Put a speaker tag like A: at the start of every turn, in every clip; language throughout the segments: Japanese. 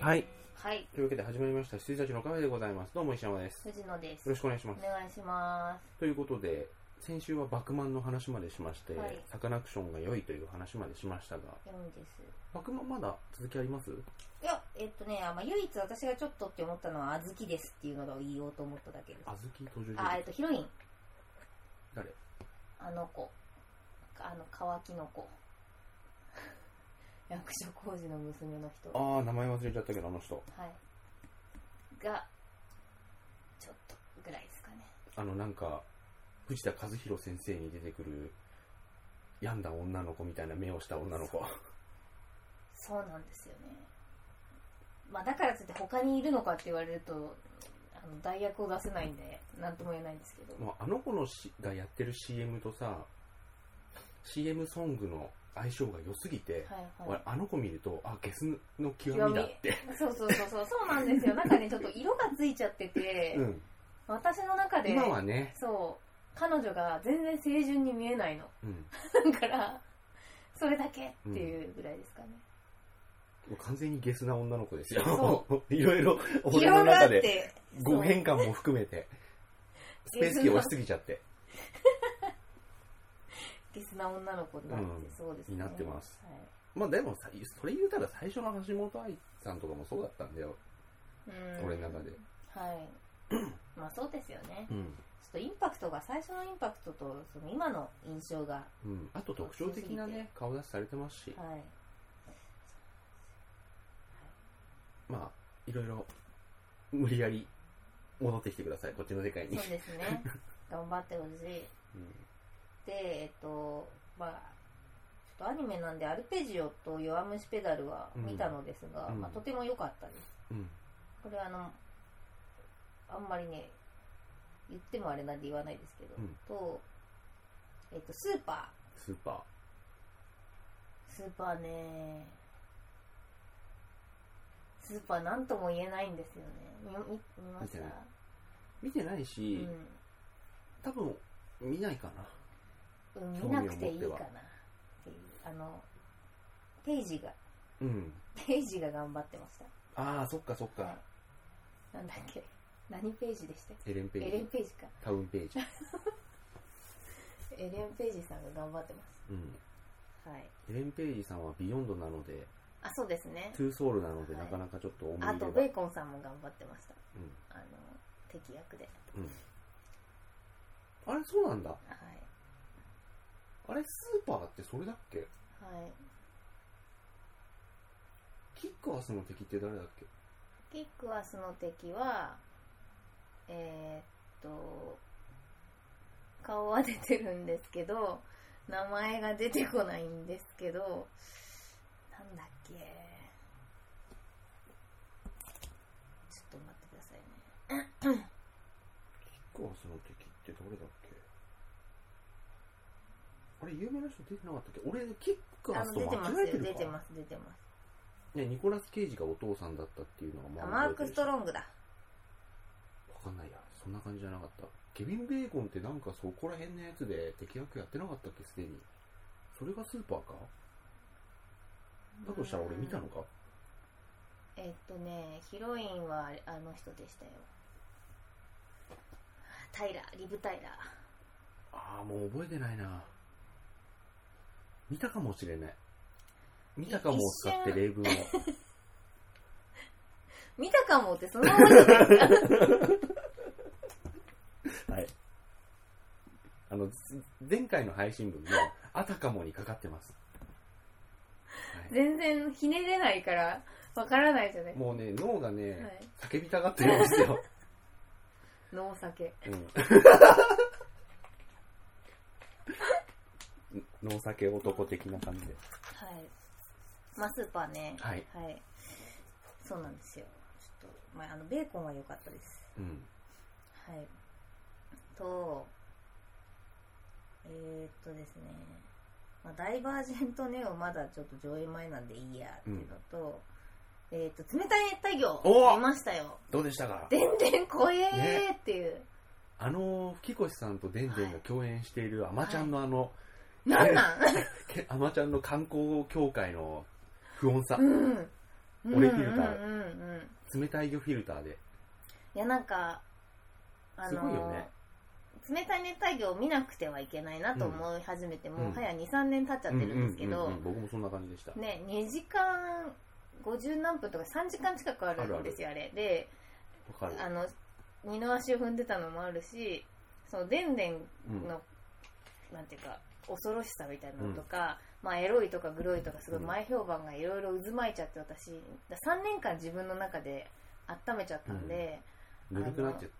A: はい。
B: はい、
A: というわけで始まりました、水たちのカフェでございます。どうも石山です。よ
B: 藤野です。
A: ろしくお願いしま
B: お
A: す。
B: 願いしま
A: ということで、先週はバクマンの話までしまして、
B: はい
A: サカナクションが良いという話までしましたが、
B: す。4です。
A: バクマンまだ続きあります
B: いや、えっとね、あまあ、唯一私がちょっとって思ったのは、あずきですっていうのを言おうと思っただけです。
A: あずき登場
B: あ、えっ
A: 人
B: と、ヒロイン、
A: 誰
B: あの子、あの、乾きの子。役所工事の娘の人。は
A: ああ、名前忘れちゃったけど、あの人。
B: い。が、ちょっとぐらいですかね。
A: あの、なんか、藤田和弘先生に出てくる、病んだ女の子みたいな目をした女の子。
B: そうなんですよね。まあ、だからつって他にいるのかって言われると、あの代役を出せないんで、なんとも言えないんですけど。
A: まあ、あの子のしがやってる CM とさ CM ソングの相性が良すぎて、
B: はいは
A: 俺
B: い。
A: あの子見るとあゲスの極みだって
B: そうそうそうそう、そうなんですよ。なんかね、ちょっと色がついちゃってて、
A: うん、
B: 私の中で、
A: 今はね、
B: そう、彼女が全然清純に見えないの。
A: うん、
B: だから、それだけっていうぐらいですかね。
A: 完全にゲスな女の子ですよ
B: そ
A: いろいろ俺
B: 色
A: の
B: があ
A: 中
B: っ
A: で
B: て、
A: 語変換も含め てスペースキー押しすぎちゃって
B: ゲスな女の子になって、
A: うん
B: そうですね。
A: になってます
B: はい
A: まあでもさそれ言うたら最初の橋本愛さんとかもそうだったんだよ、
B: うん
A: 俺の中で、
B: はい。まあそうですよね。
A: うん
B: ちょっとインパクトが、最初のインパクトと、その今の印象が、
A: うん、あと特徴的なね顔出しされてますし、
B: はい。
A: まあ、いろいろ、無理やり、戻ってきてください、こっちの世界
B: そ
A: に。
B: うですね。頑張ってほしい。
A: うん
B: で、えっと、まあ、ちょっとアニメなんで、アルペジオと弱虫ペダルは見たのですが、
A: うん
B: まあ、とても良かったです。
A: うん。
B: これあの、あんまりね、言ってもあれなんで言わないですけど、
A: うん
B: と、えっと、スーパ
A: スーパ
B: ー。スーパーね、スーパーなんとも言えないんですよね。見見見ました
A: 見てないー。見てないうし、
B: ん
A: 多分、見ないかな。
B: うん、
A: 興味を
B: 見な
A: 持っ
B: く
A: て
B: て
A: はい
B: いかなっていう。あの、ペイジが、
A: うん。
B: ペイジが頑張ってました。
A: ああ、そっかそっ
B: はい
A: か。
B: なんだっけ何ページでしたっ
A: エレンペ
B: けエレ
A: ー
B: ン
A: ジ。
B: ページか。
A: タウンペー ジ。
B: エレンページさんが頑張ってま
A: うん。
B: す。はい。
A: エレンページさんはビヨンドなので、
B: あ、そうですね。
A: トゥーソウルなので、
B: はい
A: なかなかちょっと思い
B: あ
A: 入
B: と、
A: れ
B: ベ
A: が。
B: ーコンさんも頑張ってました。
A: うん。
B: あの、敵役で。
A: うん。あれ、そうなんだ。
B: はい。
A: あれ、スーパーってそれだっけ
B: はい。
A: キックアスの敵って誰だっけ
B: キックアスの敵は、えーっと、顔は出てるんですけど、名前が出てこないんですけど、なんだっけ。ちょっと待ってくださいね。
A: キックアスの敵って誰だっけあれ、有名な人出てなかったっけ俺、キック
B: あ
A: アス
B: の
A: と
B: 出てます
A: 間違えて
B: よ、
A: るか
B: 出てます、出てます。
A: ね、ニコラス・ケイジがお父さんだったっていうのがまあ
B: あマーク・スト
A: ン
B: ロングだ。
A: わかんないや。そんな感じじゃなかった。ケビン・ベーコンってなんかそこら辺のやつで敵役やってなかったっけ、すでに。それがスーパーかだとしたら俺見たのか
B: うんえっとね、ヒロインはあれあの人でしたよ。タイラ、リブ・タイラ。
A: ああ、もう覚えてないな。見たかもしれない。見たかもを使って例文を。
B: 見たかもってそのままじゃ ないですか。
A: はい。あの、つ前回の配信分で、あたかもにかかってます。は
B: 全然ひねれないから、わからないじゃない
A: い、もうね、脳がね、
B: はい
A: 叫びたがってるんですよ。
B: 脳酒。
A: うん。脳酒男的な感じで。
B: はい。まあ、スーパーね。
A: はい。
B: はい。そうなんですよ。ちょっと、まあ、あの、ベーコンは良かったです。
A: うん。
B: はい。と、えー、っとですね、まあ、ダイバージェントネオまだちょっと上映前なんでいいやっていうのと、えー、っと、冷たい熱帯魚
A: お
B: 見ましたよ。
A: どうでしたか
B: 全然怖えーっていう。
A: あの、吹越さんとデンデンが共演しているアマちゃんのあの、
B: なんなん
A: けアマちゃんの観光協会の不穏さ
B: う。ん。
A: 俺フィルター
B: うんうんうんうん
A: 冷たい魚フィルターで。
B: いやなんかあ
A: す
B: の
A: ごいよね
B: 冷たい熱帯魚を見なくてはいけないなと思い始めて、もうはや23年経っちゃってるんですけど、
A: うんうんうんうん僕もそんな感じでした。
B: ね2時間50何分とか3時間近くあるんですよあれで
A: わかる。
B: あの二の足を踏んでたのもあるしそのでんでん
A: うん
B: の、なんていうか恐ろしさみたいなのとか、まあ、エロいとかグロいとかすごい前評判がいろいろ渦巻いちゃって私だ3年間自分の中で温めちゃったんで、
A: ぬるくなっちゃっ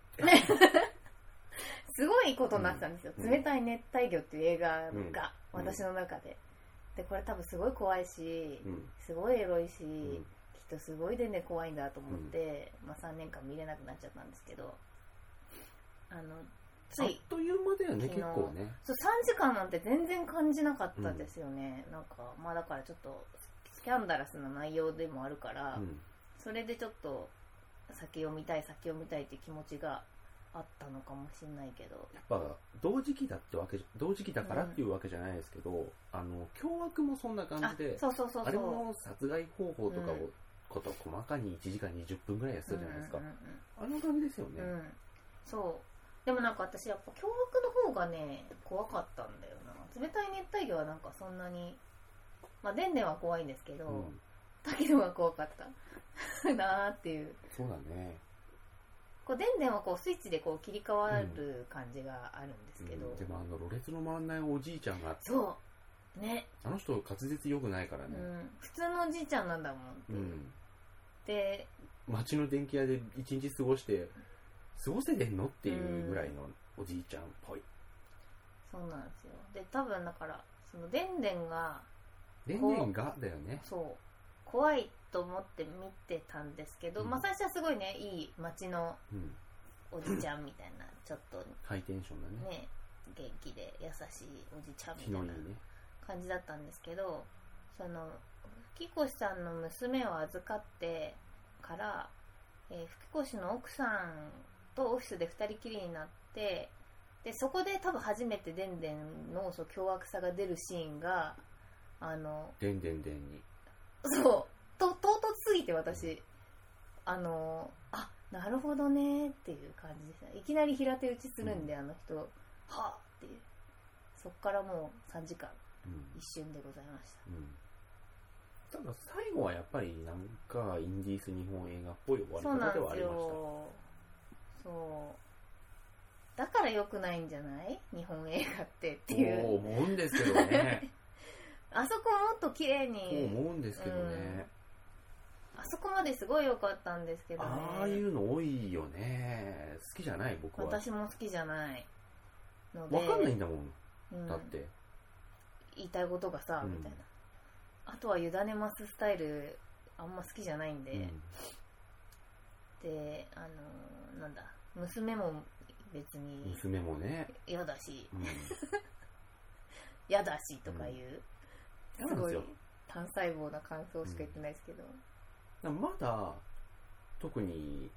B: すごいことになってたんですよ「
A: うん
B: 冷たい熱帯魚」っていう映画
A: うん
B: が私の中で、でこれ多分すごい怖いし、
A: て。うん。
B: すごいエロいし、
A: うん
B: きっとすごいでね怖いんだと思って、まあ、3年間見れなくなっちゃったんですけどあのつ
A: あっ
B: い
A: という間だよね、結
B: 昨日
A: 構ね。
B: そう3時間なんて全然感じなかったですよね、なんかまあだからちょっとスキャンダラスな内容でもあるから、
A: うん。
B: それでちょっと先を見たい先を見たいっていう気持ちがあったのかもしれないけど
A: やっぱ、同時期だってわけじゃ、同時期だからっていうわけじゃないですけど、あの、凶悪もそんな感
B: あ
A: じで、
B: そうそうそうそう
A: あれも殺害方法とかを、
B: うん
A: こと細かに1時間20分ぐらいやってたじゃないですか。
B: うんうん
A: あの感じですよね
B: うん、う。んそうでもなんか私やっぱ凶悪の方がね怖かったんだよな冷たい熱帯魚はなんかそんなにまあでんでんは怖いんですけど、
A: うん
B: だけどは怖かったなーっていう
A: そうだね。
B: こうでんでんはこうスイッチでこう切り替わる感じがあるんですけど、
A: うんでもあの、ろれつの回らないおじいちゃんが、
B: そうね
A: あの人滑舌良くないから
B: う
A: ね。
B: ん、普通のおじいちゃんなんだもんって
A: う
B: いう、
A: ん。
B: で
A: 街の電気屋で一日過ごして、過ごせてんのっていうぐらいのおじいちゃんっぽい。
B: そうなんですよで多分だからそのでんでんが
A: レンレンがだよね。
B: そう怖いと思って見てたんですけど、
A: うん
B: まあ最初はすごいねいい街の
A: うん。
B: おじちゃんみたいなちょっと
A: ハイテンションだね。
B: ね元気で優しいおじちゃんみ
A: 気
B: た
A: のい
B: い
A: いね
B: な。感じだったんですけどその吹越さんの娘を預かってから、えー吹越の奥さんとオフィスで2人きりになってでそこで多分初めてでんでんのそう凶悪さが出るシーンがあの
A: でんでんでんに。
B: そうと唐突すぎて私あのあなるほどねっていう感じでしたいきなり平手打ちするんで、あの人はあっていうそっからもう3時間
A: うん。
B: 一瞬でございました
A: うん。ただ最後はやっぱりなんかインディース日本映画っぽい終わり
B: そうな
A: 方
B: ん
A: ではあ
B: です
A: りま
B: よ
A: した。
B: そうだから良くないんじゃない日本映画ってっていう
A: と思うんですけど ね。
B: あそこもっと綺麗
A: と思
B: に
A: うんですけどね。
B: あそこまですごい良かったんですけどね
A: ああいうの多いよね。好きじゃない僕は。
B: 私も好きじゃないので
A: わかんないんだもん。
B: うん
A: だって。
B: 言いたいことがさ、
A: うん
B: みたいなあとは委ねますスタイルあんま好きじゃないんで、
A: うん
B: であのーなんだ娘も別に
A: 娘もね。
B: 嫌だし
A: うん。
B: 嫌だしとかいう、
A: そうなん
B: す
A: で
B: ご
A: す
B: い
A: よ。
B: 単細胞な感想しか言ってないですけ
A: だ
B: ど、
A: からまだ特に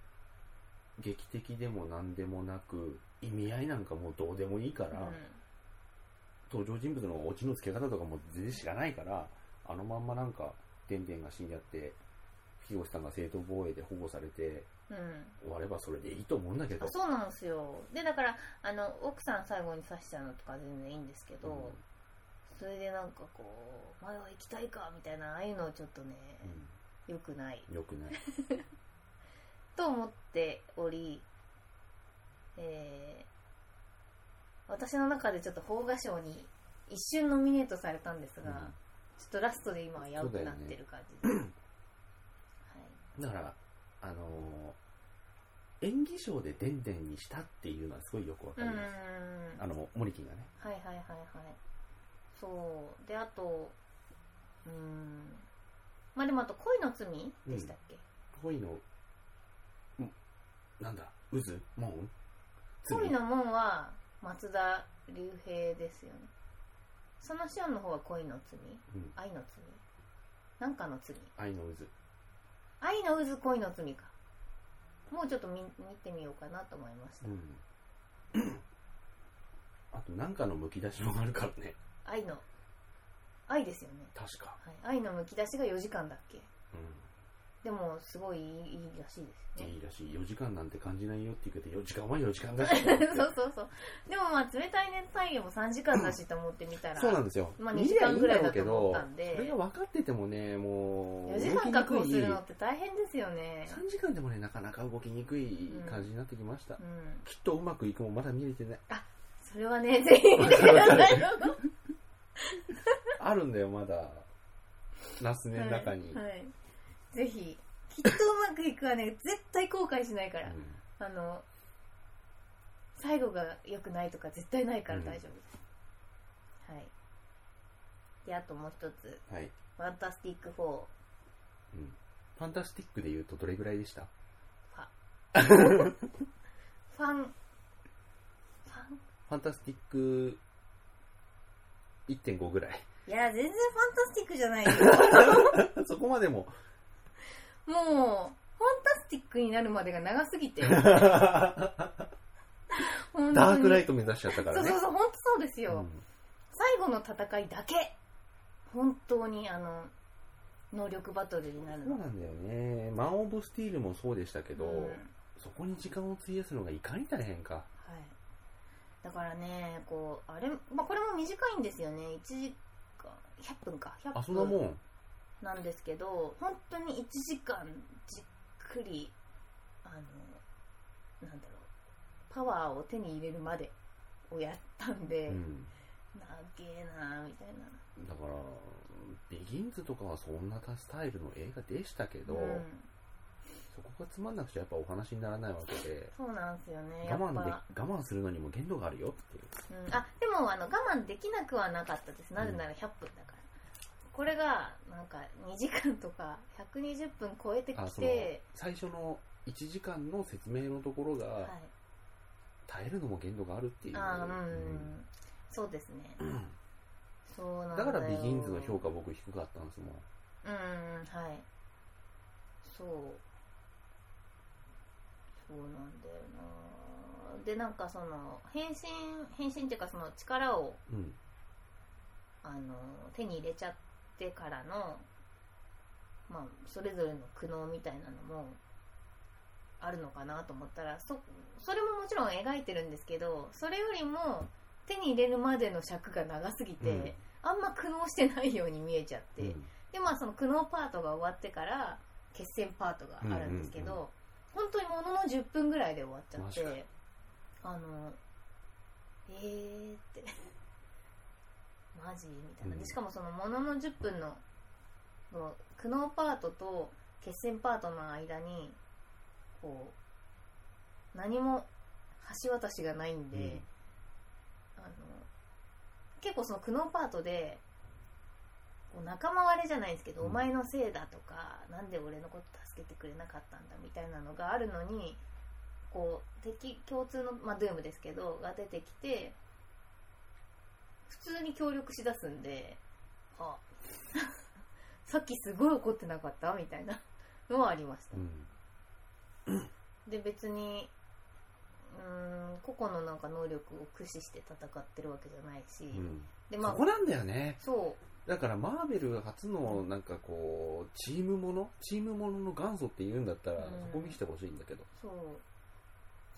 A: 劇的でも何でもなく意味合いなんかもうどうでもいいから、
B: う
A: 登場人物のオチの付け方とかも全然知らないからあのまんまなんかでんでんが死んじゃって日越さんが正当防衛で保護されて
B: ん、うん、
A: 終わればそれでいいと思うんだけど
B: あそうなんですよでだからあの奥さん最後に刺しちゃうのとか全然いいんですけど、
A: うん
B: それでなんかこう前は行きたいかみたいなああいうのちょっとね良、くない
A: うん、よく ない
B: と思っており、えー私の中でちょっと邦画賞に一瞬ノミネートされたんですが、
A: うん
B: ちょっとラストで今危うくなってる感じです、はい
A: だからあのー演技賞ででんでんにしたっていうのはすごいよくわか
B: う
A: り
B: ん
A: ます、あのモリキンがね
B: はいはいはいはいそうであとうーんまあでもあと恋の罪でしたっけ、
A: 恋の、んなんだ、渦門
B: 恋の門は松田龍平ですよねそのシオンの方は恋の罪
A: うん
B: 愛の罪なんかの罪
A: 愛の渦。
B: 愛の渦恋の罪かもうちょっと見見てみようかなと思いました、
A: うん。あと、なんかのむき出しもあるからね。
B: 愛の愛ですよね、
A: 確か。
B: はい、愛のむき出しが4時間だっけ
A: うん。
B: でもすごいいいいいらしいですよね
A: いいらしい。4時間なんて感じないよって言うけど、4時間は4時間だし。
B: そうそうそうでもまあ冷たい熱帯魚も3時間だしと思ってみたら
A: そうなんですよ。
B: まあ
A: 見
B: 2時
A: りゃい
B: 間
A: い
B: ぐ
A: ん
B: らい
A: ろ
B: だ
A: う
B: と
A: け
B: 思
A: ど
B: ったんで
A: それが分かっててもね、もう、
B: 4時間確保
A: 動き
B: す
A: にくい
B: るのって大変ですよね
A: 3時間でもね、なかなか動きにくい感じになってきました。
B: うん
A: きっとうまくいくもまだ見れてない。
B: それはねぜ ひ見てくだ さいよ
A: あるんだよ、まだ。ナスネの中に。
B: はいはい、ぜひきっとうまくいくはね絶対後悔しないから、
A: うん
B: あの最後が良くないとか絶対ないから大丈夫です、はいであともう一つ
A: はい。
B: 「ファンタスティック4
A: うんファンタスティックで言うとどれぐらいでしたフ
B: ファン」ファン
A: ァンタスティック1.5ぐらい。
B: いや全然ファンタスティックじゃないですよ
A: そこまでも。
B: もうファンタスティックになるまでが長す ぎて
A: ダ
B: 本当に
A: ークライト目指しちゃったから
B: そう
A: ね
B: そう。そう本当そうですよ、
A: うん
B: 最後の戦いだけ本当にあの能力バトルになる
A: そう
B: の
A: なんだよね。マン・オブ・スティールもそうでしたけど、
B: うんはい、
A: そこに時間を費やすのがいかに大変か。
B: だからねこうあれ、まあ、これも短いんですよね1時間100分か
A: あ、
B: 100
A: そんなも
B: 分
A: ん。
B: なんですけど本当に1時間じっくりあのなんだろうパワーを手に入れるまでをやったん
A: う
B: で、
A: ん。
B: なげえなみたいな
A: だから、ビギンズとかはそんなスタイルの映画でしたけど、
B: うん、
A: そこがつまんなくちゃやっぱお話にならないわけで、
B: そうなんですよねや
A: 我
B: っぱ
A: 慢で、我慢するのにも限度があるよっていう。
B: うん、あでもあの我慢できなくはなかったですなぜなら100分だから、これがなんか2時間とか120分超えてき
A: あその
B: て
A: 最初の1時間の説明のところ
B: はい
A: が耐えるのも限度があるっていう、
B: あーうん、そうですね、
A: うん
B: そうなんだ
A: だ
B: よ
A: からビギンズの評価僕低かったんですもん
B: うんはいそうそうなんだよなでなんかその変身変身っていうかその力を
A: うん
B: あの手に入れちゃってからの、まあ、それぞれの苦悩みたいなのもあるのかなと思ったらそそれももちろん描いてるんですけどそれよりも手に入れるまでの尺が長すぎて、
A: うん
B: あんま苦悩してないように見えちゃって、
A: うん
B: でまあその苦悩パートが終わってから決戦パートがあるんですけど、
A: うんうんう
B: 本当にものの10分ぐらいで終わっちゃっ
A: マジ
B: てあのえーって マジみたいな
A: う
B: で
A: ん
B: しかもそのものの10分のその苦悩パートと決戦パートの間にこう何も橋渡しがないんで、
A: うん
B: あの結構その苦悩パートでこう仲間割れじゃないですけど、
A: うん
B: お前のせいだとかなんで俺のこと助けてくれなかったんだみたいなのがあるのにこう敵共通の、まあ、ドゥームですけどが出てきて普通に協力しだすんで「あ さっきすごい怒ってなかった?」みたいなのはありました
A: う。ん
B: で別にうーん個々のなんか能力を駆使して戦ってるわけじゃないし、
A: うん
B: で
A: そ
B: まあ
A: こなんだよね
B: そ
A: だからマーベル初のなんかこうチームものチームものの元祖って言うんだったら
B: うん
A: そこ見せてほしいんだけど、
B: うそう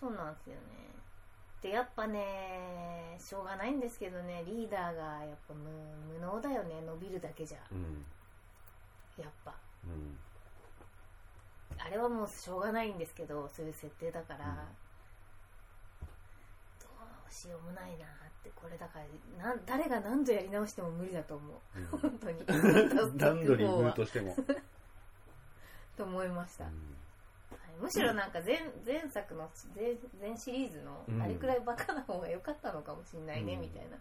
B: そうなんですよねでやっぱねしょうがないんですけどねリーダーがやっぱ無無能だよね伸びるだけじゃ
A: うん
B: やっぱ
A: うん
B: あれはもうしょうがないんですけどそういう設定だから、
A: うん
B: どうしようもないなってこれだからなん誰が何度やり直しても無理だと思う
A: う
B: 本 当に
A: ん段取りムーとして も、
B: と思いました、
A: う
B: はい、
A: ん
B: むしろなんか前前作の前前シリーズ
A: うん
B: のあれくらいバカな方が良かったのかもしんないね、
A: うん
B: みたいな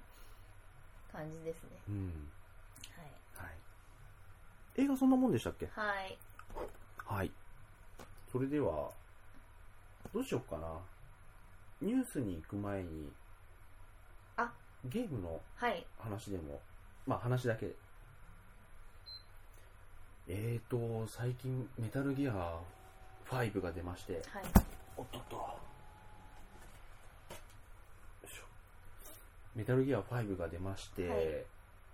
B: 感じですね
A: うんはい、映画そんなもんでしたっけ
B: はい、はい、
A: はい。それでは、どうしようかな。ニュースに行く前に、
B: あ
A: ゲームの
B: はい、
A: 話でも、まあ話だけ。えーと、最近、メタルギア5が出まして、
B: はい
A: おっとっと。よいしょメタルギア5が出まして、
B: はい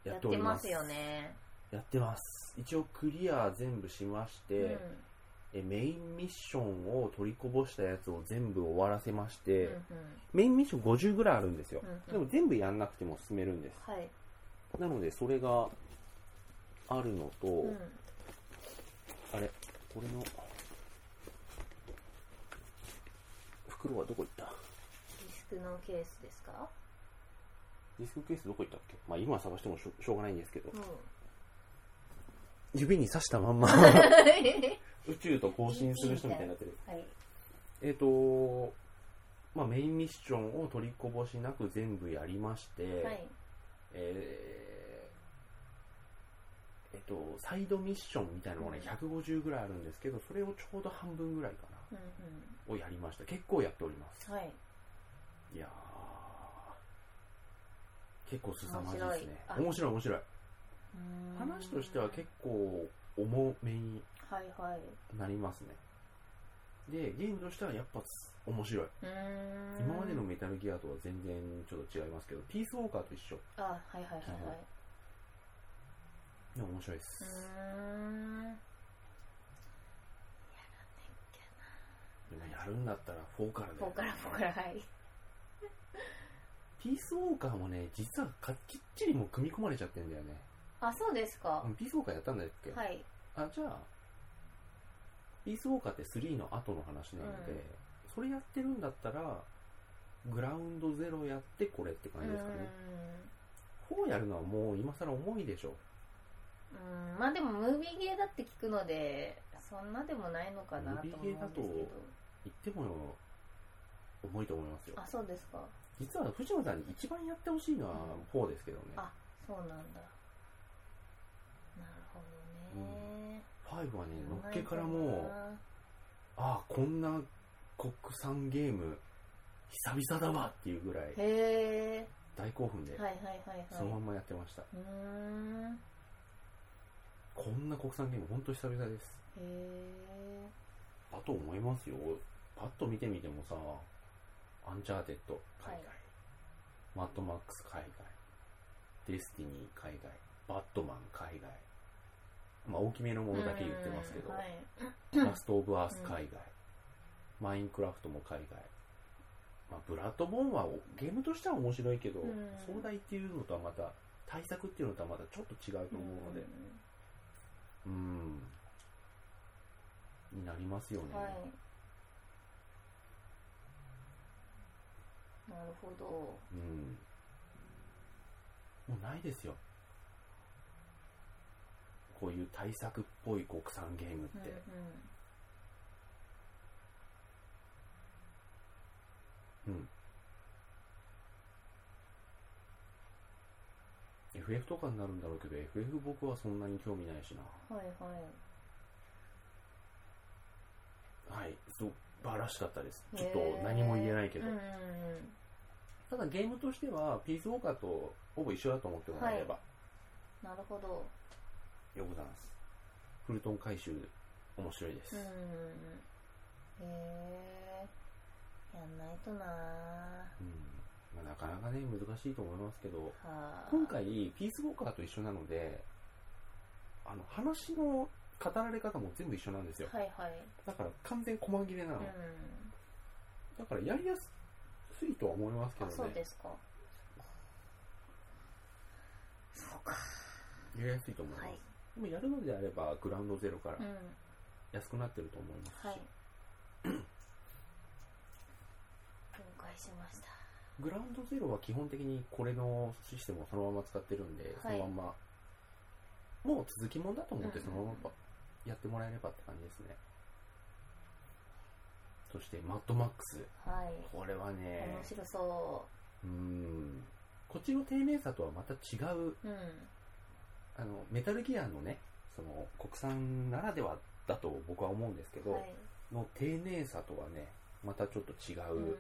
A: や
B: や
A: っ
B: って
A: お
B: て
A: りま。
B: ますすよね
A: やってます。一応クリア全部しまして、
B: うん
A: えメインミッションを取りこぼしたやつを全部終わらせまし
B: う
A: て、
B: んうん
A: メインミッション50ぐらいあるんですよ、
B: うん
A: でも全部やんなくても進めるんです
B: はい
A: なのでそれがあるのと、
B: うん
A: あれこれの袋はどこ行った
B: ディスクのケースですか
A: ディスクケースどこ行ったっけまあ今探してもしょしょうがないんですけど
B: うん
A: 指に刺したまんま
B: は
A: 宇宙と交信する人みたいになってる
B: い
A: えっ、とまあメインミッションを取りこぼしなく全部やりまして、
B: はい
A: えーえっと、サイドミッションみたいなのがね、150ぐらいあるんですけど、それをちょうど半分ぐらいか
B: うん
A: な、をやりました。結構やっております。
B: うんはい
A: いやー、結構凄まじいですね。面
B: 面
A: 白い面白い。
B: うーん
A: 話としては結構重めに
B: はいはい
A: なりますね。で、ゲームとしてはやっぱ面白い。
B: うーん
A: 今までのメタルギアとは全然ちょっと違いますけど、ピースウォーカーと一緒。
B: あはいはいはいはい
A: でも面白いです
B: う。ーんやらなき
A: でもやるんだったら4からだ
B: ゃ
A: よ
B: フォ
A: ね
B: ーからフォーからはい
A: ピースウォーカーもね、実はかきっちりもう組み込まれちゃってんだよね。
B: あそうですか
A: うんピースウォーカーやったんだっけ、
B: はい
A: あ、じゃあ、ピースウォーカーって3の後の話なので、
B: うん
A: それやってるんだったら、グラウンドゼロやってこれって
B: う
A: 感
B: ー
A: じ
B: ん
A: ですかね。4やるのはもう今更重いでしょ。
B: うーんまあでもムービーゲーだって聞くのでそんなでもないのかなと
A: ム
B: 思うんですけ
A: ービーゲーだと
B: ど
A: 言っても重いと思いますよ
B: あ。そうですか
A: 実は藤野さんに一番やってほしいのは4ですけどね。
B: あそうなんだなるほどね
A: 5はね、
B: や
A: の
B: ら
A: っ
B: ない
A: け
B: と
A: からもう、
B: な
A: ああこんな国産ゲーム久々だわっていうぐらい
B: へ
A: 大興奮で
B: えはいはいはいはい
A: そのまんまやってました、
B: うーんへ
A: こんな国産ゲーム本当久々です
B: え
A: だと思いますよパッと見てみてもさアンチャーテッド海外、
B: は
A: マッドマックス海外デスティニー海外バットマン海外まあ大きめのものだけ言ってますけど、
B: うんはい
A: ラスト・オブ・アース海外、マインクラフトも海外、まあ、ブラッド・ボーンはゲームとしては面白いけど、
B: うん
A: 壮大っていうのとはまた対策っていうのとはまたちょっと違うと思うのでうんになりますよね、
B: はいなるほど
A: うんもうないですよこういう対策っぽい国産ゲームって、
B: う
A: うん。FF とかになるんだろうけど、FF 僕はそんなに興味ないしな。
B: んうんはいは
A: は
B: い
A: い、素晴らしかったです。ちょっ
B: へ
A: と
B: ー
A: 何も言えないけど
B: うん。うん
A: ただゲームとしては、ピースウォーカーとほぼ一緒だと思ってもらえれば、
B: なるほど
A: よくございます。フルトン回収、面白いです。
B: うんへえやんないとな
A: うんまあ、なかなかね、難しいと思いますけど、
B: はあ
A: 今回、ピースウォーカーと一緒なので、あの、話の語られ方も全部一緒なんですよ。
B: はいはい
A: だから完全細切れなの。
B: う
A: だからやりやすいとは思いますけ
B: んあ
A: ど
B: そう
A: ね。
B: ですかそうか
A: やりやすいと思います。
B: はい
A: でもやるのであれば、グラウンドゼロから
B: うん
A: 安くなってると思いますし、
B: はい 了解しました
A: グラウンドゼロは基本的にこれのシステムをそのまま使ってるんで、
B: は
A: そ
B: い
A: のまんま、もう続きもんだと思って
B: うん
A: そのままやってもらえればって感じですね。そして、マッドマックス。
B: はい
A: これはね、
B: 面白そう
A: ーん、こっちの丁寧さとはまた違う
B: ううん
A: あのメタルギアのねその国産ならではだと僕は思うんですけど、
B: はい
A: の丁寧さとはねまたちょっと違
B: うん
A: う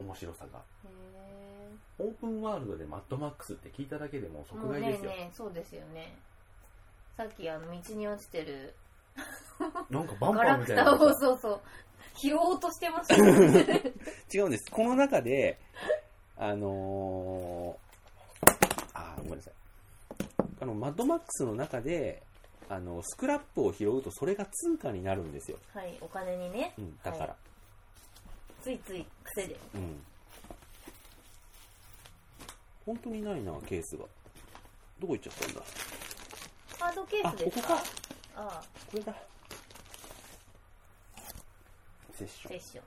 A: 面白さが、
B: へえ
A: オープンワールドでマッドマックスって聞いただけでも
B: も
A: 即
B: う
A: 買い
B: ね
A: ですよ、
B: ねそうですよねさっきあの道に落ちてる
A: なんかバンパ
B: ガ
A: ー
B: ラ
A: み
B: ク
A: たい
B: タ
A: な
B: を
A: のさ
B: そうそう拾おうとしてました ね
A: 違うんですこの中であのー、あーごめんなさいあのマッドマックスの中で
C: あのスクラップを拾うとそれが通貨になるんですよ、
B: はい、お金にね、
C: うん、だから、
B: はついつい癖で。
C: うん本当にないなケースがどこ行っちゃったんだ
B: カードケー
C: あ
B: ス
C: こ
B: で
C: こ
B: す
C: か
B: かああ、
C: これだセッシ
B: セ
C: ョン
B: ッショ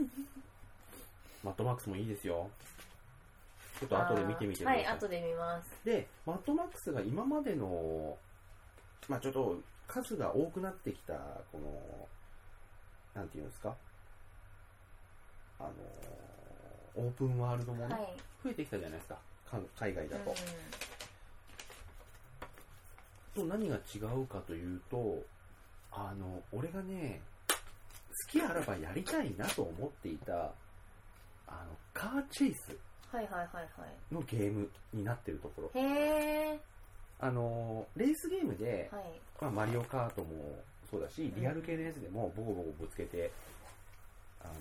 B: ン。
A: マットマックスもいいですよ。ちょっと後で見てみてく
B: あ
A: だ
B: あ
A: さ。
B: はいい、後で見ます。
A: で、マットマックスが今までの、まあちょっと数が多くなってきた、この、なんていうんですか、あの、オープンワールドもね、
B: はい。
A: 増えてきたじゃないですか、か海外だと。
B: う
A: と何が違うかというと、あの、俺がね、好きあらばやりたいなと思っていた、あの、カーチェイス
B: ん。はいはいは
A: のゲームになってるところ。
B: いはい。へえ。
A: あの、レースゲームで、
B: はい。
A: まあ、マリオカートもそうだし
B: う、ん
A: リアル系のやつでもボコボコぶつけて、あの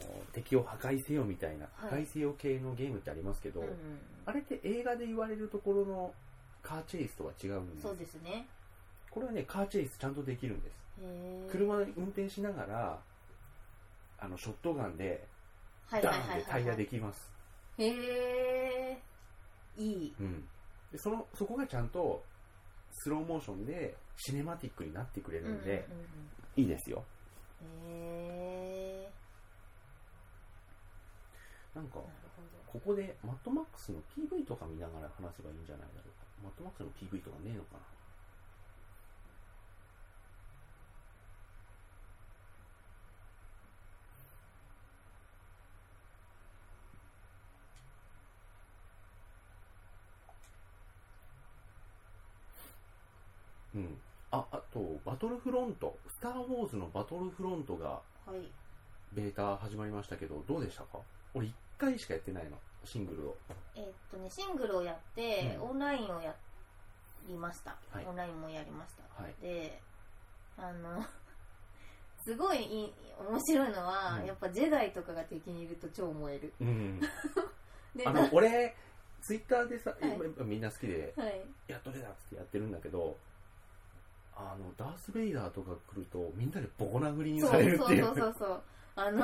A: ー敵を破壊せよみたいな、
B: はい
A: 破壊せよ系のゲームってありますけど、
B: うんうん
A: あれって映画で言われるところのカーチェイスとは違うんです
B: そうですね。
A: これはね、カーチェイスちゃんとできるんです。
B: へえ。
A: 車運転しながら、あの、ショットガンで、
B: はい
A: ダ
B: はい
A: ーン
B: は
A: で
B: い
A: タ
B: はい
A: イヤ
B: は
A: で
B: い。
A: きます。
B: へえ。いい。
A: うん。で、その、そこがちゃんと、スローモーションで、シネマティックになってくれ
B: う
A: るんで、
B: うんうん
A: いいですよ。
B: へえ。
A: なんか
B: な、るほ
A: こ
B: ど。
A: こでマットマックスの PV とか見ながら話せばいいんじゃないだろうか。マットマックスの PV とかねえのかな。うん。あ、あと、バトルフロント。スター・ウォーズのバトルフロントが
B: はい。
A: ベータ始まりましたけど、どうでしたか俺1回しかやってないの、シングルを。
B: えっとね、シングルをやって、
A: うん
B: オンラインをやりました、
A: はい
B: オンラインもやりました。
A: はい。
B: で、あの、 すごいいい面白いのは、
A: うん
B: やっぱジェダイとかが敵にいると超燃える。
A: うん。
B: で、
A: あ
B: な
A: の、俺、ツイッターでさ、
B: い
A: 今みんな好きで、
B: はい。
A: やっとれだっつってやってるんだけど、あの、ダース・ベイダーとか来ると、みんなでボコ殴りに
B: そう
A: される
B: そ
A: って
B: う
A: い
B: そうう。そうそう。あの、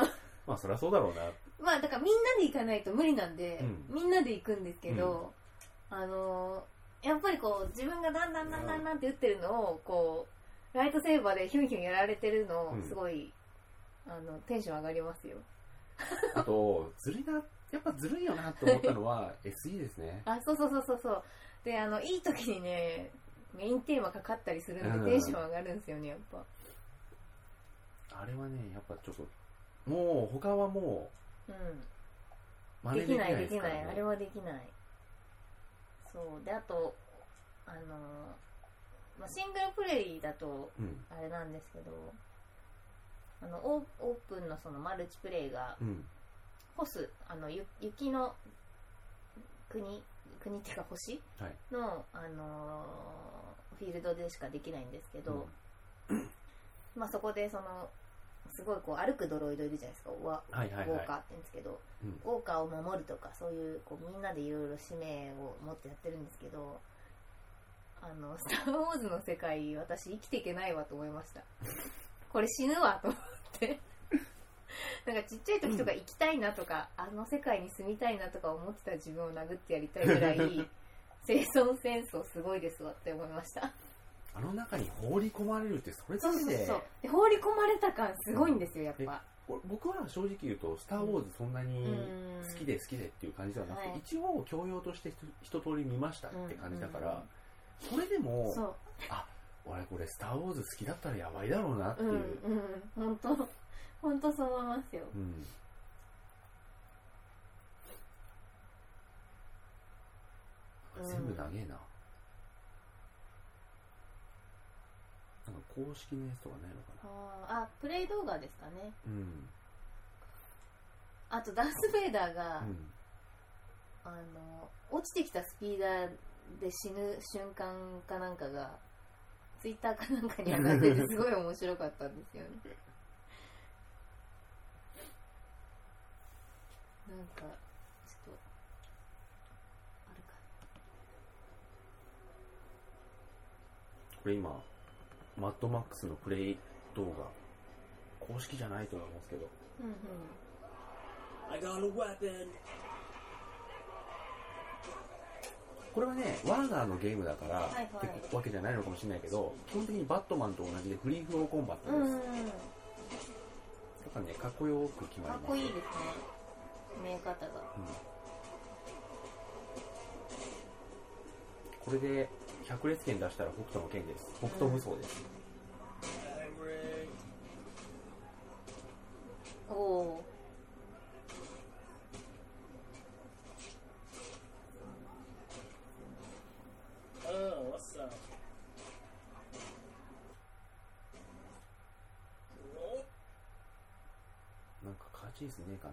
A: まあ、そりゃそうだろうな。
B: まあだからみんなで行かないと無理なんで、
A: う
B: みんなで行くんですけど、あのーやっぱりこう自分がだんだんだんだんだんって打ってるのをこうライトセーバーでヒュンヒュンやられてるのを
A: うん
B: すごい、あのテンション上がりますよ
A: あと、ずるいな、やっぱずるいよなと思ったの は、SE ですね。
B: あそうそうそうそうそうであのいい時にねメインテーマかかったりする
A: うんん
B: でテンション上がるんですよねやっぱ
A: あれはね、やっぱちょっと、もう、他はも
B: う
A: う、真
B: ん
A: 似
B: で
A: で
B: き
A: き
B: な
A: ないい
B: で
A: で
B: き
A: す
B: な
A: か
B: い
A: ら、
B: あれ
A: ね。
B: はできないそうであとあのーまあ、シングルプレイだと
A: うん。
B: あれなんですけどあのオーオープンのそのマルチプレイが
A: うん。
B: ホスあのゆ雪の国国っていうか星
A: はい。
B: の、あのーフィールドでしかできないんですけど、まあ、そこでそのすごいこう歩くドロイドいるじゃないですかウワ
A: うんはい
B: ウ
A: はい
B: ォ
A: は
B: ー
A: い
B: カ。ーって言うんですけど、
A: うん
B: ウォーカーを守るとかそういうこうみんなでいろいろ使命を持ってやってるんですけどあの「スター・ウォーズ」の世界私生きていけないわと思いま したこれ死ぬわと思ってなんかちっちゃい時とか行きたいなとか、あの世界に住みたいなとか思ってた自分を殴ってやりたい ぐらい生存戦争すごいですわって思いました
A: あの中に放り込まれるって、それだ
B: そうそう
A: けで
B: そう、で放り込まれた感すごいんですよやっ
A: え
B: ぱ
A: これ僕は正直言うと、スター・ウォーズそんな
B: う
A: に
B: ん
A: 好きで好きでっていう感じではなくて、
B: はい
A: 一応教養として一一通り見ましたって感じだから、それで
B: うん
A: も
B: そう
A: 俺これ「スター・ウォーズ」好きだったらやばいだろうなって
B: う
A: い
B: ん
A: う、
B: うん本当本当そう思いますよ
A: うん
B: うん
A: 全部長えな、なんか公式のやつとかないのかな
B: あーあプレイ動画ですかね
A: うん、
B: あとダース・ベイダーが、
A: うん、
B: あの落ちてきたスピーダーで死ぬ瞬間かなんかがツイッターかなんかに上がっててすごい面白かったんですよねなんかちょっとあるか
A: これ今、マッドマックスのプレイ動画、公式じゃないと思うんですけど、
B: うんうん。
C: I got a weapon!
A: これはね、ワーナーのゲームだから、
B: いはい
A: ってわけじゃないのかもしれないけど、基本的にバットマンと同じでフリーフローコンバット
B: うん
A: です。
B: うん
A: だ
B: うん。
A: からね、かっこよく決まり
B: か
A: ま
B: っ
A: す。
B: こいいですね。見え方が。
A: うんこれで百列拳出したら北斗の拳です。北斗無双です。
C: I'm rigged.
B: おお
C: Oh, what's up? Nope.
A: なんかカーチェイスねえかな。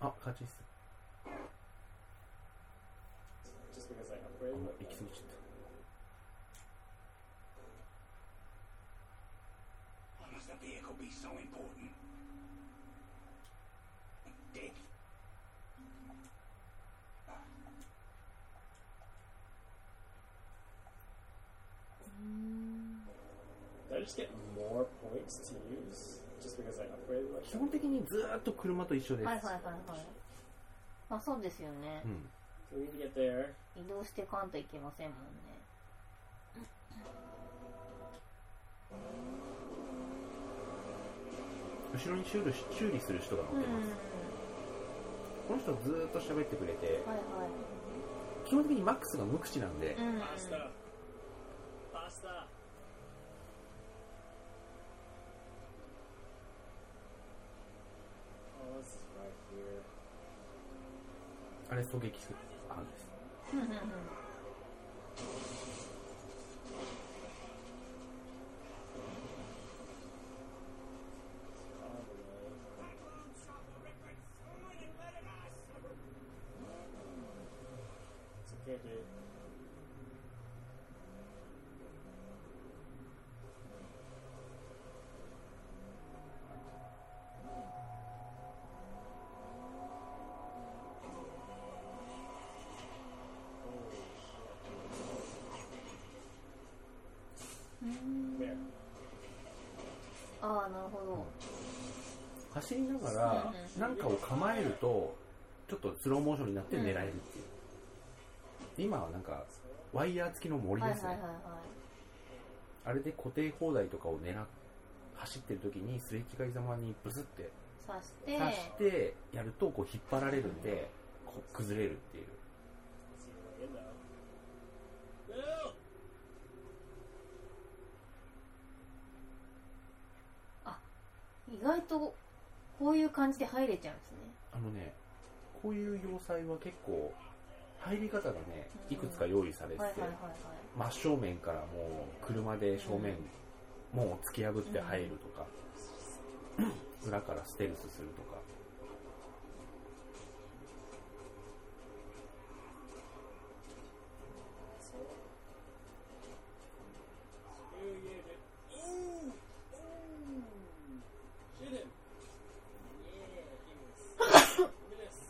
A: あ、カーチェイス。
C: Just because I
A: あ
C: upgraded
A: もう
C: my
A: 行き過
C: weapon.
A: ぎちゃった。
D: Why must the vehicle be so important? Dick.
C: Did I just get more points to use just because I upgraded my
A: 基本的にずーっと車と一緒で
B: ー。
A: す。
B: はいはいはいはい。まあそうですよね
A: う。ん。
C: So we need to get there.
B: 移動してかんといけませんもんね。
A: 後ろに修理し修理する人が乗ってます。この人ずーっと喋ってくれて、
B: はい
A: 基本的にマックスが無口なんで
B: はい。う、ん。
C: Pasta. Pasta. Oh,
A: あれ狙撃する。あです。
B: うんうんうん
C: Oh,
B: ああ、なるほど。
A: 走りながら、なんかを構えると、ちょっとスローモーションになって狙えるっていう。今はなんか、ワイヤー付きの森
B: はいは
A: で
B: い
A: す
B: はい
A: ね。
B: は
A: あれで固定砲台とかを狙っ走ってる時にすれ違いざまにブスって
B: い。刺して、
A: 刺してやるとこう引っ張られるんで、こう崩れるっていう。
B: 意外とこういう感じで入れちゃうんですね。
A: あのね、こういう要塞は結構、入り方がね、いくつか用意されてて、
B: はいはいはいは
A: 真
B: い。
A: 正面からもう車で正面、もう突き破って入るとか、裏からステルスするとか。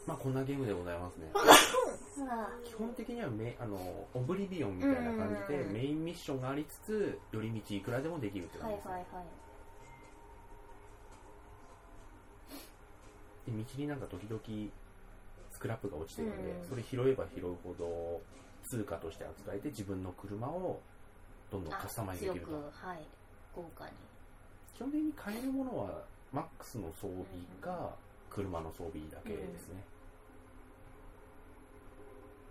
A: まあこんなゲームでございますね。
B: ほら、
A: 基本的にはメあのオブリビオンみたいな感じで
B: うん
A: メインミッションがありつつ寄り道いくらでもできるって
B: は
A: 感
B: い
A: じ
B: は
A: です、
B: いはい。
A: で道になんか時々スクラップが落ちてるんで、
B: うん
A: それ拾えば拾うほど通貨として扱えて自分の車をどんどんカスタマイズで
B: 強
A: き
B: く
A: ると、
B: はい、豪華に。
A: 基本的に買えるものはマックスの装備か車の装備だけですね、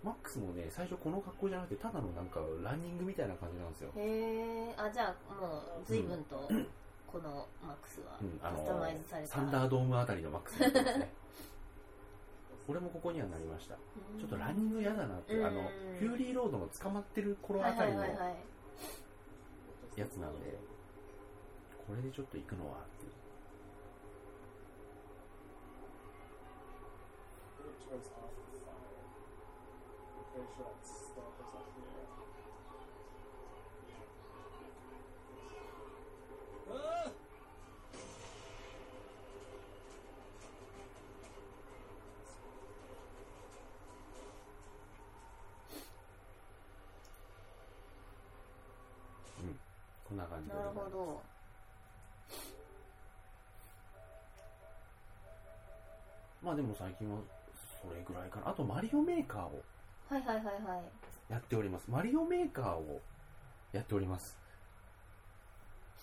A: マックスもね最初この格好じゃなくてただのなんかランニングみたいな感じなんですよ
B: へえ、あ、じゃあもう随分とこのマックスは
A: うん、あ
B: カ
A: の
B: スタマイズされた。
A: サンダードームあたりのマックスだったんです ね俺もここにはなりましたちょっとランニング嫌だなって、
B: うん
A: あのフューリーロードの捕まってる頃あたりの
B: はいはいはい
A: こ
B: はい。
A: やつなんでれでちょっと行くのはっていうこんな感じで
B: な
A: ございま
B: るほ
A: す
B: ど。
A: まあでも最近はそれぐらいかなあとマリオメーカーを
B: はいはいはいはい。
A: やっておりますマリオメーカーをやっております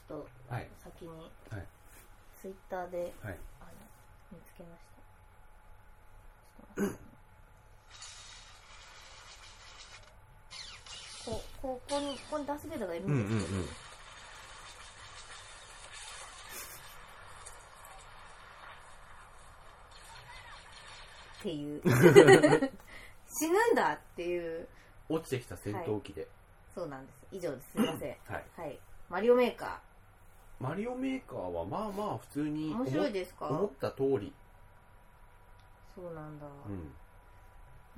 B: ちょっと
A: はい
B: 先に
A: はい、
B: ツイッターで、
A: はい
B: あの、見つけました。ちょっと待ってねこう、こう、ここに、ここにダースベイダーがいる
A: うんうんんう
B: で
A: ん
B: すけど、っていう。死ぬんだっていう。
A: 落ちてきた戦闘機で、
B: そうなんです。以上です。すいません。
A: はい
B: はい。マリオメーカ
A: マリオメーカーはまあまあ普通
B: ー。
A: に思
B: 面
A: っ
B: 白いですか
A: 思った通り、
B: そうなんだ。
A: う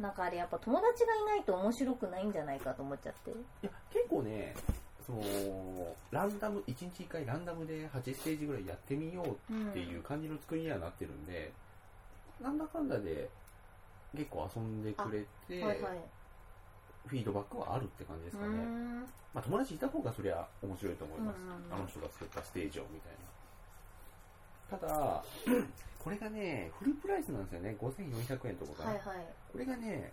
A: ん、
B: なんかあれやっぱ友達がいないと面白くないんじゃないかと思っちゃって。
A: いや結構ねそのランダム1日1回ランダムで8ステージぐらいやってみよう
B: うん
A: っていう感じの作りにはなってるんで、なんだかんだで結構遊んでくれて、
B: はいはい。
A: フィードバックはあるって感じですかね、
B: うーん
A: まあ、友達いた方がそりゃ面白いと思います、
B: うんうんうん
A: あの人が作ったステージをみたいなただ これがねフルプライスなんですよね5400円とかかな、
B: はいはい。
A: これがね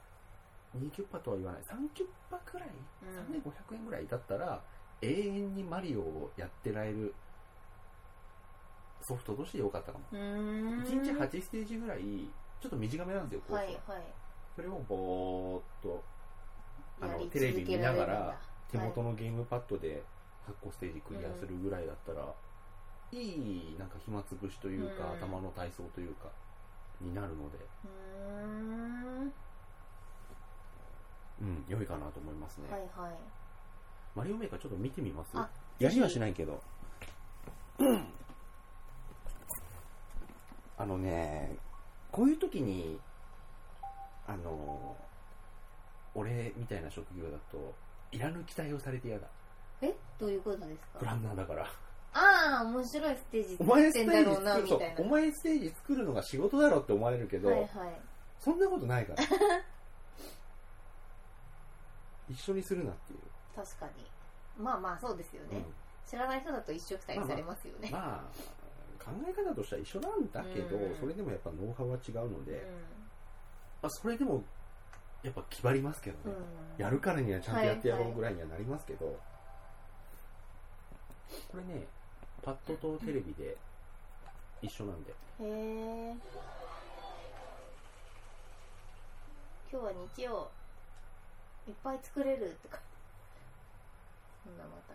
A: 2キュッパとは言わない3キュッパくらい
B: うん
A: 3500円ぐらいだったら永遠にマリオをやってられるソフトとして良かったかも、
B: うーん。
A: 1日8ステージぐらいちょっと短めなんですよコース
B: は
A: はい
B: はい。
A: それをぼーっとあ
B: や
A: の
B: り
A: テレビ見ながら手
B: 続けられるんだ
A: 元のゲームパッドで8個ステージクリアするぐらいだったら、いいなんか暇つぶしというか、
B: うん
A: 頭の体操というかになるので、
B: うーん。
A: うん、良いかなと思いますね、
B: はいはい。
A: マリオメーカーちょっと見てみます
B: あ
A: やりはしないけど、あのねこういう時にあの俺みたいな職業だといらぬ期待をされて嫌だ
B: えどういうことです
A: プ
B: か
A: ランナーだから
B: ああ、面白いステージ
A: お前
B: 作っ
A: ステ
B: て
A: ージ
B: んだろうな、
A: 作
B: み
A: る
B: た
A: そ
B: いうな。
A: お前ステージ作るのが仕事だろって思われるけど、
B: はいはい。
A: そんなことないから 一緒にするなっていう、
B: 確かに。まあまあ、そうですよね。知らない人だと一生期待されますよ
A: うん
B: ね。
A: まあ考え方としては一緒なんだけど、
B: うん
A: それでもやっぱノウハウは違うので、
B: う
A: まあ、それでもやっぱ決まりますけど
B: ん。う
A: ね、
B: ん。
A: やるからにはちゃんとやってやろ
B: は
A: う
B: い
A: ぐらいにはなりますけど、これねパッドとテレビで一緒なんで、
B: へえ。今日は日曜、いっぱい作れるとか。そんなまた。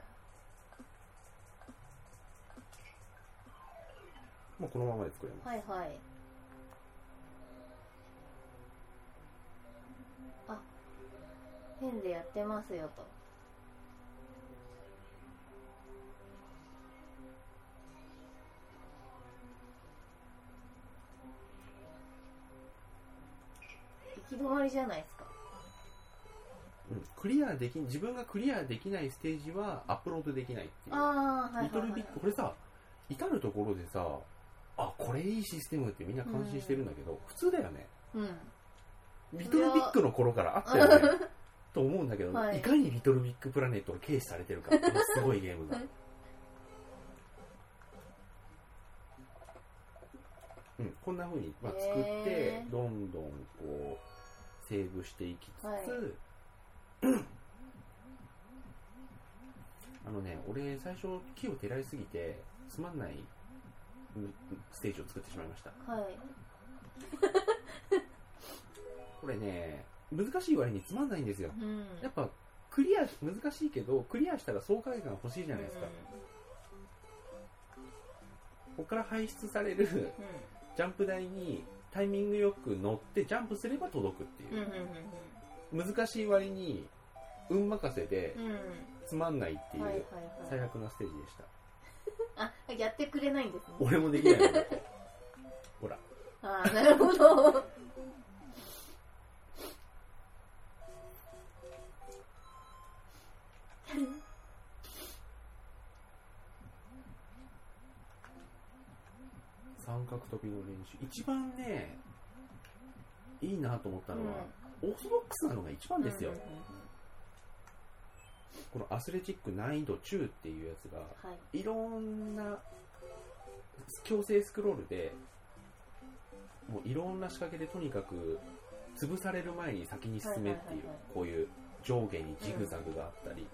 A: もうこのままで作れます
B: はいはい。あ、ペンでやってますよと。行き止まりじゃないですか。
A: うんクリアできん自分がクリアできないステージはアップロードできないっていう、
B: ああ、はい
A: リト
B: はい、
A: ル
B: は
A: ビ
B: い
A: ッ。グこれさ至る所でさあこれいいシステムってみんな感心してるんだけど、普通だよね
B: うん。
A: リトルビッグの頃からあったよ ねと思うんだけど、
B: はい
A: い、かにリトルビッグプラネットが軽視されてるかっていうすごいゲームだうん、こんな風に、まあ、作って、
B: へー
A: どんどんこうセーブしていきつつ、
B: はい
A: あのね俺最初木をてらいすぎてつまんないうんステージを作ってしまいました
B: はい。
A: これね難しい割につまんないんですよ
B: うん。
A: やっぱクリア難しいけどクリアしたら爽快感欲しいじゃないですか、ここから排出される
B: うん。うん
A: ジャンプ台にタイミングよく乗ってジャンプすれば届くって
B: うん
A: い
B: うん
A: う、難しい割に運任せで
B: うんうん
A: つまんないっていう、
B: はいはいは
A: 最
B: い
A: 悪なステージでした
B: あやってくれないんですね
A: 俺もできないの ほら
B: あーなるほど
A: 三角跳びの練習一番ねいいなと思ったのは、オーソドックスなのが一番ですよ、
B: うんうんうん
A: このアスレチック難易度中っていうやつが、
B: はい
A: いろんな強制スクロールで、もういろんな仕掛けでとにかく潰される前に先に進めっていう
B: はいはいはいはい、
A: こういう上下にジグザグがあったり。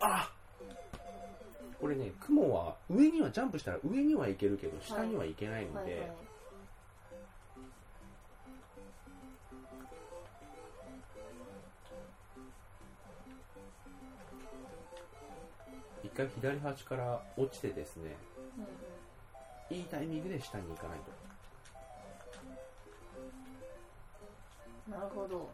A: あこれね、雲は上にはジャンプしたら上には行けるけど下には行けないので、
B: はいはい
A: 一回左端から落ちてですね、
B: うんうん
A: いいタイミングで下に行かないと。
B: なるほど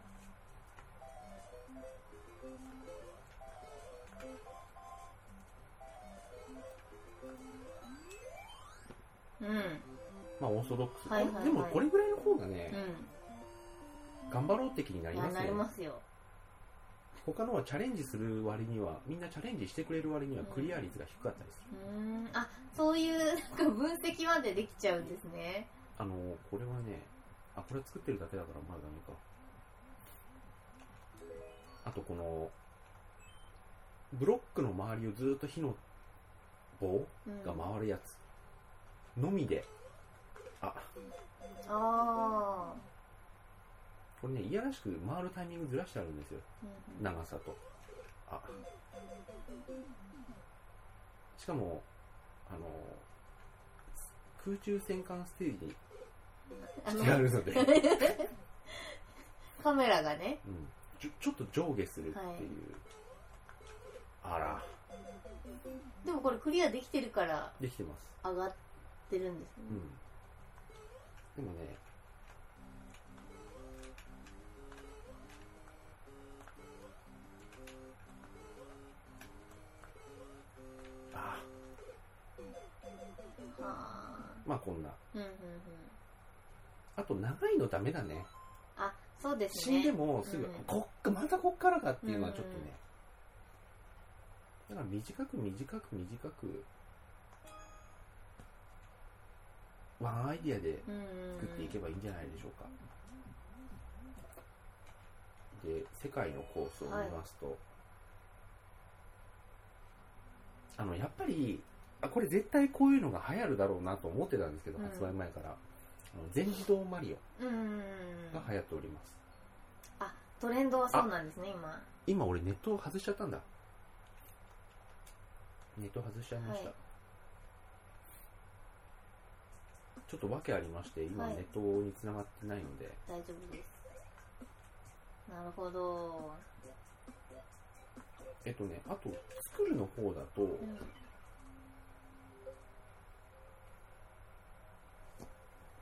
B: うんうん
A: まあ、オーソドックス。
B: はいはいはい
A: でも、これぐらいの方がね、頑張ろうって気になり
B: いや
A: ます
B: な
A: ね
B: り。ますよ
A: 他のはチャレンジする割には、みんなチャレンジしてくれる割には
B: うん
A: クリア率が低かったりする。
B: うーんあそういうなんか分析までできちゃうんですね
A: あの、これはね、あ、これ作ってるだけだからまだダメか。あと、この、ブロックの周りをずっと火の棒
B: うん
A: が回るやつ、のみで、あ、
B: ああ
A: これね、いやらしく回るタイミングずらしてあるんですよ。
B: うん
A: 長さとあしかもあの空中戦艦ステージに
B: あ
A: してあ
B: の
A: るので、うん、
B: カメラがね
A: ちょちょっと上下するっていう、あら
B: でもこれクリアできてるから
A: できてます、
B: 上がってるんですね、
A: うん、でもねあ
B: はあ
A: まあこんな
B: うんうんうん
A: あと長いのダメだね
B: あそうですね
A: 死んでもすぐ、
B: うん
A: こっかまたこっからかっていうのはちょっとね、だから短く短く短くワンアイディアで
B: うんうんうん
A: 作っていけばいいんじゃないでしょうか、で世界のコースを見ますと、あのやっぱりあこれ絶対こういうのが流行るだろうなと思ってたんですけど、
B: うん
A: 発売前からあの全自動マリ
B: うんうん
A: オ
B: うん
A: が流行っております、
B: あトレンドはそうなんですね今
A: 今俺ネットを外しちゃったんだネット外しちゃいました、
B: はい
A: ちょっと訳ありまして今
B: はい
A: ネットに繋がってないので、
B: 大丈夫ですなるほど、
A: えっとねあと作るの方だと、
B: うん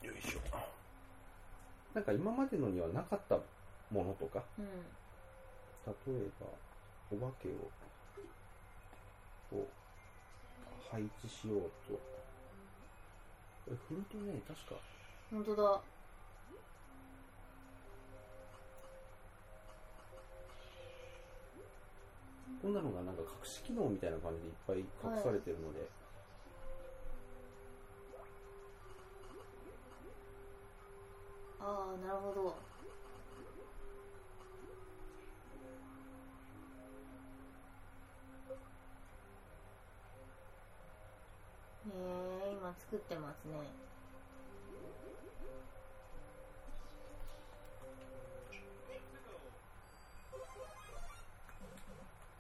A: よいしょなんか今までのにはなかったものとか
B: うん
A: 例えばお化けをこう配置しようとこれ振るとね確か
B: 本当だ。
A: こんなのがなんか隠し機能みたいな感じでいっぱい隠されてるので、
B: ああ、なるほど。ねえ、今作ってますね。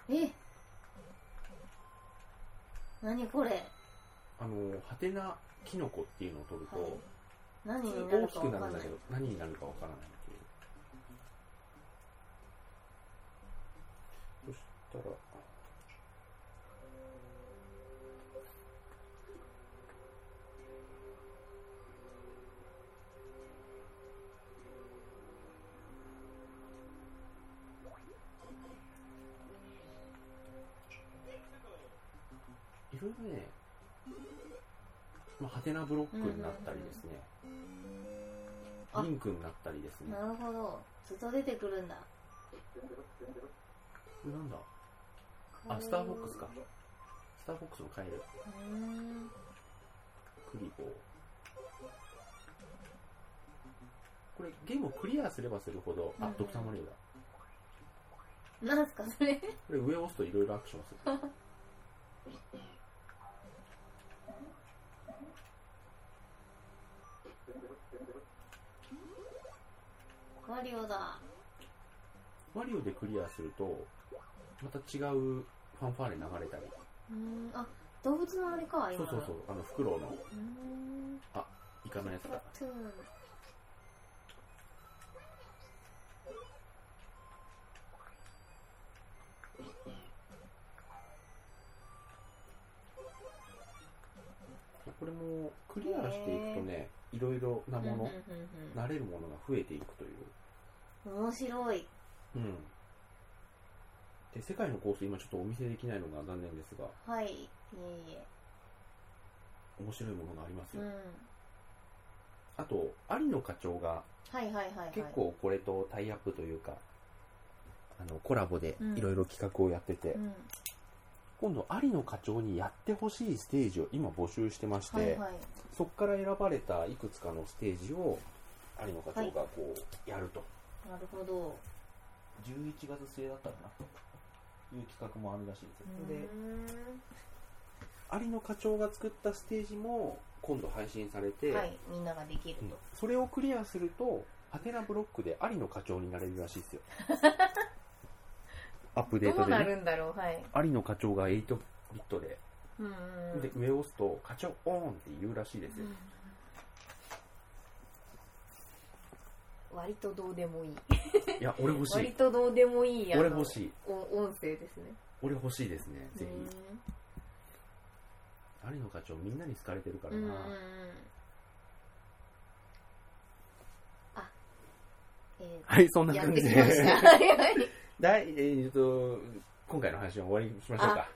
B: え何これ
A: あのハテナキノコっていうのを取ると、
B: はい何にな
A: 大
B: る
A: き
B: か
A: く
B: わ
A: な
B: か
A: るんだ
B: んない
A: け。ど何になるかわからないっていうそしたらいろいろね、まあ、ハテナブロックになったりですね、
B: うんうんうん
A: リンクになったりですね
B: なるほど。ずっと出てくるんだ。
A: なんだあスターフォックスかスターフォックスのカエル
B: うーん。
A: クリボーこれゲームをクリアすればするほど、
B: う
A: あ
B: ん、
A: ドクターマリオだ。
B: なんすかそれ
A: これ上を押すといろいろアクションする。
B: マリオだ
A: マリオでクリアすると、また違うファンファーレ流れたり。
B: うーんあ動物のあれか
A: そ
B: 今
A: うそうそう、あの、フクロウの
B: うーん
A: イカのやつ
B: プ
A: だ
B: ラ。トゥーン
A: これもクリアしていくとね、いろいろなもの、
B: うんうんうん
A: 慣れるものが増えていくという。
B: うん面白い
A: うん。で、世界のコース、今ちょっとお見せできないのが残念ですが、
B: はいいえい
A: 面白いものがあります
B: えう
A: よ。
B: ん
A: あと、有野課長が
B: はいはいはいはい
A: 結構これとタイアップというか、あの、コラボでいろいろ企画をやってて、
B: うん
A: 今度有野課長にやってほしいステージを今募集してまして、
B: はいはい
A: そこから選ばれたいくつかのステージを有野課長がこうやると、
B: なるほど
A: 11月末だったかなという企画もあるらしいです
B: うー
A: で有野課長が作ったステージも今度配信されて、
B: んはいみんなができる
A: うん
B: と
A: それをクリアするとハテナブロックで有野課長になれるらしいですよ アップデー
B: ど
A: ト
B: う
A: で、
B: な
A: ね、
B: るんだろうはい
A: 有野課長が8ビットで
B: うんうんうん
A: で上を押すと課長オーンって言うらしいですよ、
B: 割とどうでもいい
A: いや俺欲し
B: 割
A: い
B: とどうでもいいあの
A: 俺欲しい
B: お音声ですね
A: 俺欲しいですねぜひ
B: うん
A: 有野課長みんなに好かれてるから
B: うんうんうん
A: な、
B: あ、えー
A: はいそんな
B: やっ
A: 感
B: て
A: じ
B: きまし
A: で
B: た。はいはい
A: だいえーっと今回の話は終わりにしましょうか